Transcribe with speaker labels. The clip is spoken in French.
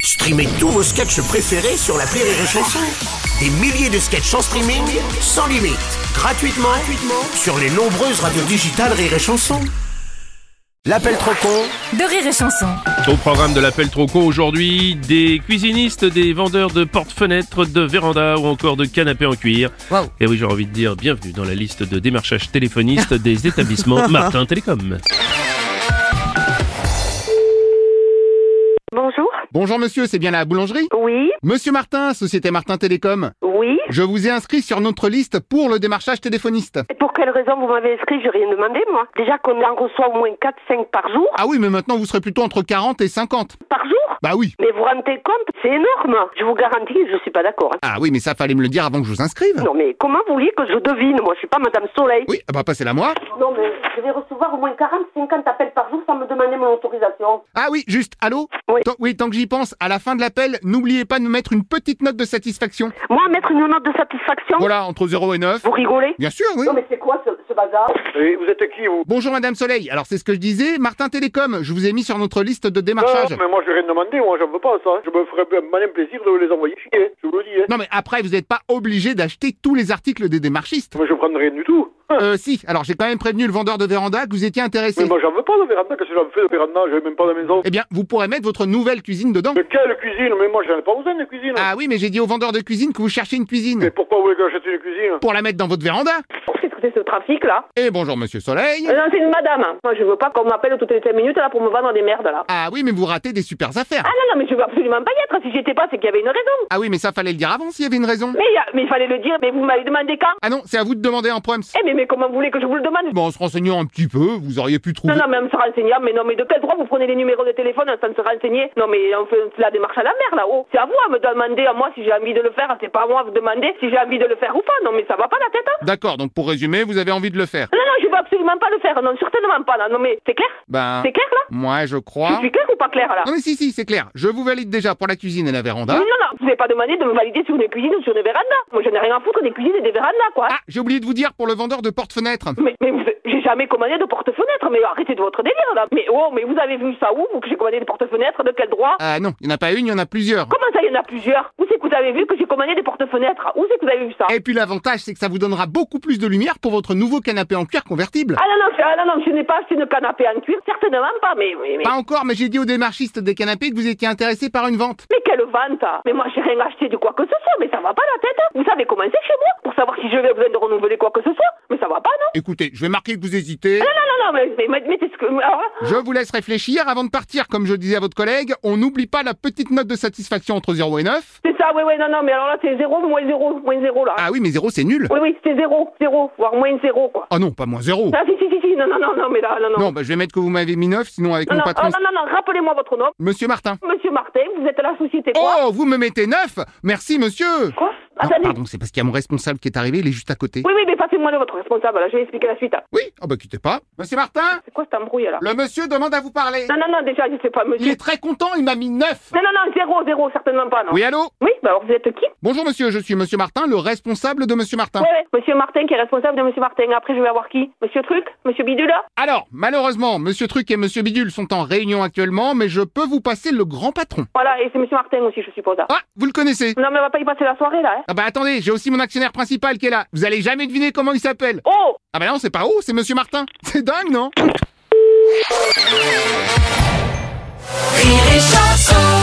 Speaker 1: Streamez tous vos sketchs préférés sur la Rire et Chanson. Des milliers de sketchs en streaming, sans limite, gratuitement, gratuitement sur les nombreuses radios digitales Rire et Chanson. L'appel trop con
Speaker 2: de rire et chanson.
Speaker 3: Au programme de l'appel trop con aujourd'hui, des cuisinistes, des vendeurs de porte-fenêtres, de vérandas ou encore de canapés en cuir.
Speaker 4: Wow.
Speaker 3: Et oui, j'ai envie de dire bienvenue dans la liste de démarchages téléphonistes des établissements Martin Télécom.
Speaker 5: Bonjour.
Speaker 6: Bonjour monsieur, c'est bien la boulangerie
Speaker 5: Oui,
Speaker 6: Monsieur Martin, Société Martin Télécom.
Speaker 5: oui.
Speaker 6: Je vous ai inscrit sur notre liste pour le démarchage téléphoniste.
Speaker 5: Et pour quelle raison vous m'avez inscrit J'ai rien demandé, moi. Déjà qu'on en reçoit au moins 4-5 par jour.
Speaker 6: Ah oui, mais maintenant vous serez plutôt entre 40 et 50.
Speaker 5: Par jour
Speaker 6: Bah oui.
Speaker 5: Mais vous vous rendez compte C'est énorme. Je vous garantis, je suis pas d'accord. hein.
Speaker 6: Ah oui, mais ça fallait me le dire avant que je vous inscrive.
Speaker 5: Non, mais comment vous voulez que je devine Moi, je suis pas Madame Soleil.
Speaker 6: Oui, ah bah passez-la moi.
Speaker 5: Non, mais je vais recevoir au moins 40-50 appels par jour sans me demander mon autorisation.
Speaker 6: Ah oui, juste, allô
Speaker 5: Oui.
Speaker 6: Tant- oui, tant que j'y pense, à la fin de l'appel, n'oubliez pas de nous mettre une petite note de satisfaction.
Speaker 5: Moi, mettre une note de satisfaction
Speaker 6: Voilà, entre 0 et 9.
Speaker 5: Vous rigolez
Speaker 6: Bien sûr, oui.
Speaker 5: Non, mais c'est quoi ce, ce bazar
Speaker 7: Et vous êtes qui, vous
Speaker 6: Bonjour Madame Soleil, alors c'est ce que je disais, Martin Télécom, je vous ai mis sur notre liste de
Speaker 7: non,
Speaker 6: démarchage.
Speaker 7: Ah, mais moi, je rien demandé, moi, j'en veux pas, ça. Je me ferais un malin plaisir de les envoyer chier, hein. je vous le dis. Hein.
Speaker 6: Non mais après, vous n'êtes pas obligé d'acheter tous les articles des démarchistes.
Speaker 7: Mais je prends rien du tout. Hein.
Speaker 6: Euh, si, alors j'ai quand même prévenu le vendeur de véranda que vous étiez intéressé.
Speaker 7: Mais moi, j'en veux pas de véranda, qu'est-ce que j'en fais de véranda J'ai même pas de maison.
Speaker 6: Eh bien, vous pourrez mettre votre nouvelle cuisine dedans.
Speaker 7: De quelle cuisine Mais moi, j'en ai pas besoin de cuisine.
Speaker 6: Ah oui, mais j'ai dit au vendeur de cuisine que vous cherchez une
Speaker 7: Mais
Speaker 6: cuisine.
Speaker 7: pourquoi vous voulez que j'achète une cuisine
Speaker 6: Pour la mettre dans votre véranda.
Speaker 5: Qu'est-ce que c'est ce trafic, là
Speaker 6: Et bonjour, monsieur Soleil.
Speaker 5: Euh, Non, c'est une madame. Moi, je veux pas qu'on m'appelle toutes les 5 minutes, là, pour me vendre des merdes, là.
Speaker 6: Ah oui, mais vous ratez des supers affaires.
Speaker 5: Ah non, non, mais je veux absolument pas y être. Si j'étais pas, c'est qu'il y avait une raison.
Speaker 6: Ah oui, mais ça fallait le dire avant s'il y avait une raison.
Speaker 5: Mais, il y a- mais il fallait le dire, mais vous m'avez demandé quand
Speaker 6: Ah non, c'est à vous de demander en proms.
Speaker 5: Eh mais, mais comment vous voulez que je vous le demande
Speaker 6: Bon, en se renseignant un petit peu, vous auriez pu trouver.
Speaker 5: Non, non, mais en se renseignant, mais non, mais de quel droit vous prenez les numéros de téléphone sans se renseigner Non, mais on fait la démarche à la mer, là-haut. C'est à vous à me demander à moi si j'ai envie de le faire, c'est pas à moi à vous demander si j'ai envie de le faire ou pas. Non, mais ça va pas la tête, hein
Speaker 6: D'accord, donc pour résumer, vous avez envie de le faire.
Speaker 5: Non, non, je veux absolument pas le faire, non, certainement pas, là. Non, mais c'est clair
Speaker 6: Ben,
Speaker 5: C'est clair, là
Speaker 6: moi je
Speaker 5: Je
Speaker 6: crois.
Speaker 5: suis clair ou pas clair, là
Speaker 6: Non mais si, si, c'est clair. Je vous valide déjà pour la cuisine et la
Speaker 5: Mais
Speaker 6: véranda.
Speaker 5: non, non, vous n'avez pas demandé de me valider sur une cuisine ou sur une véranda. Moi, j'en ai rien à foutre des cuisines et des vérandas, quoi.
Speaker 6: Ah, j'ai oublié de vous dire pour le vendeur de porte-fenêtre.
Speaker 5: Mais, mais vous- j'ai jamais commandé de porte-fenêtre, mais arrêtez de votre délire là. Mais oh, mais vous avez vu ça où, vous, que j'ai commandé des porte-fenêtres De quel droit
Speaker 6: Ah non, il n'y en a pas une, il y en a plusieurs.
Speaker 5: Comment ça, il y en a plusieurs Où c'est que vous avez vu que j'ai commandé des porte-fenêtres Où c'est que vous avez vu ça
Speaker 6: Et puis l'avantage, c'est que ça vous donnera beaucoup plus de lumière pour votre nouveau canapé en cuir convertible.
Speaker 5: Ah non, non, je- ah non, non, je n'ai pas acheté de canapé en cuir, certainement pas, mais, mais, mais,
Speaker 6: Pas encore, mais j'ai dit aux démarchistes des canapés que vous étiez intéressé par une vente.
Speaker 5: mais quelle vente hein. Mais moi, j'ai rien acheté de quoi que ce soit, mais ça va pas la tête hein. Vous savez comment c'est chez moi Pour savoir si je vais besoin de renouveler quoi que ce soit Mais ça va pas, non
Speaker 6: Écoutez, je vais marquer que vous hésitez.
Speaker 5: Non, non, non, mais, mais, mais, mais c'est ce que... alors là,
Speaker 6: Je vous laisse réfléchir avant de partir. Comme je disais à votre collègue, on n'oublie pas la petite note de satisfaction entre 0 et 9.
Speaker 5: c'est ça, oui, oui, non, non, mais alors là, c'est zéro, moins zéro, moins zéro, là.
Speaker 6: Ah oui, mais 0 c'est nul.
Speaker 5: Oui, oui, c'est zéro, zéro, voire moins zéro, quoi.
Speaker 6: Ah non, pas moins 0.
Speaker 5: Ah si, si, si, si, non, non, non, non, mais là, non, non.
Speaker 6: Non, bah je vais mettre que vous m'avez mis 9, sinon avec
Speaker 5: non,
Speaker 6: mon
Speaker 5: non,
Speaker 6: patron...
Speaker 5: oh, non, non, non, rappelez-moi votre nom.
Speaker 6: Monsieur Martin.
Speaker 5: Monsieur Martin, vous êtes à la société quoi Ah,
Speaker 6: Oh, vous me mettez 9 Merci monsieur
Speaker 5: Quoi
Speaker 6: Non,
Speaker 5: Attendez.
Speaker 6: pardon, c'est parce qu'il y a mon responsable qui est arrivé, il est juste à côté.
Speaker 5: Oui, oui, mais passez-moi le votre responsable, là, je vais expliquer la suite. hein.
Speaker 6: Oui, ah bah quittez pas. Monsieur Martin,
Speaker 5: C'est quoi cette embrouille, là
Speaker 6: le monsieur demande à vous parler.
Speaker 5: Non, non, non, déjà, je sais pas,
Speaker 6: Il
Speaker 5: monsieur.
Speaker 6: est très content, il m'a mis 9.
Speaker 5: Non, non, non, zéro, zéro, certainement pas, non.
Speaker 6: Oui, allô
Speaker 5: Oui, bah alors vous êtes qui
Speaker 6: Bonjour monsieur, je suis monsieur Martin, le responsable de monsieur Martin.
Speaker 5: Oui, oui, monsieur Martin qui est responsable de monsieur Martin. Après, je vais avoir qui Monsieur Truc Monsieur Bidula
Speaker 6: Alors, malheureusement, monsieur Truc et monsieur Bidule sont en réunion actuellement, mais je peux vous passer le grand patron.
Speaker 5: Voilà, et c'est monsieur Martin aussi, je suppose. hein.
Speaker 6: Ah, vous le connaissez
Speaker 5: Non, mais on va pas y passer la soirée, là, hein.
Speaker 6: Ah bah attendez, j'ai aussi mon actionnaire principal qui est là. Vous allez jamais deviner comment il s'appelle.
Speaker 5: Oh
Speaker 6: Ah bah non, c'est pas où, c'est monsieur Martin. C'est dingue, non
Speaker 2: Rire et chanson.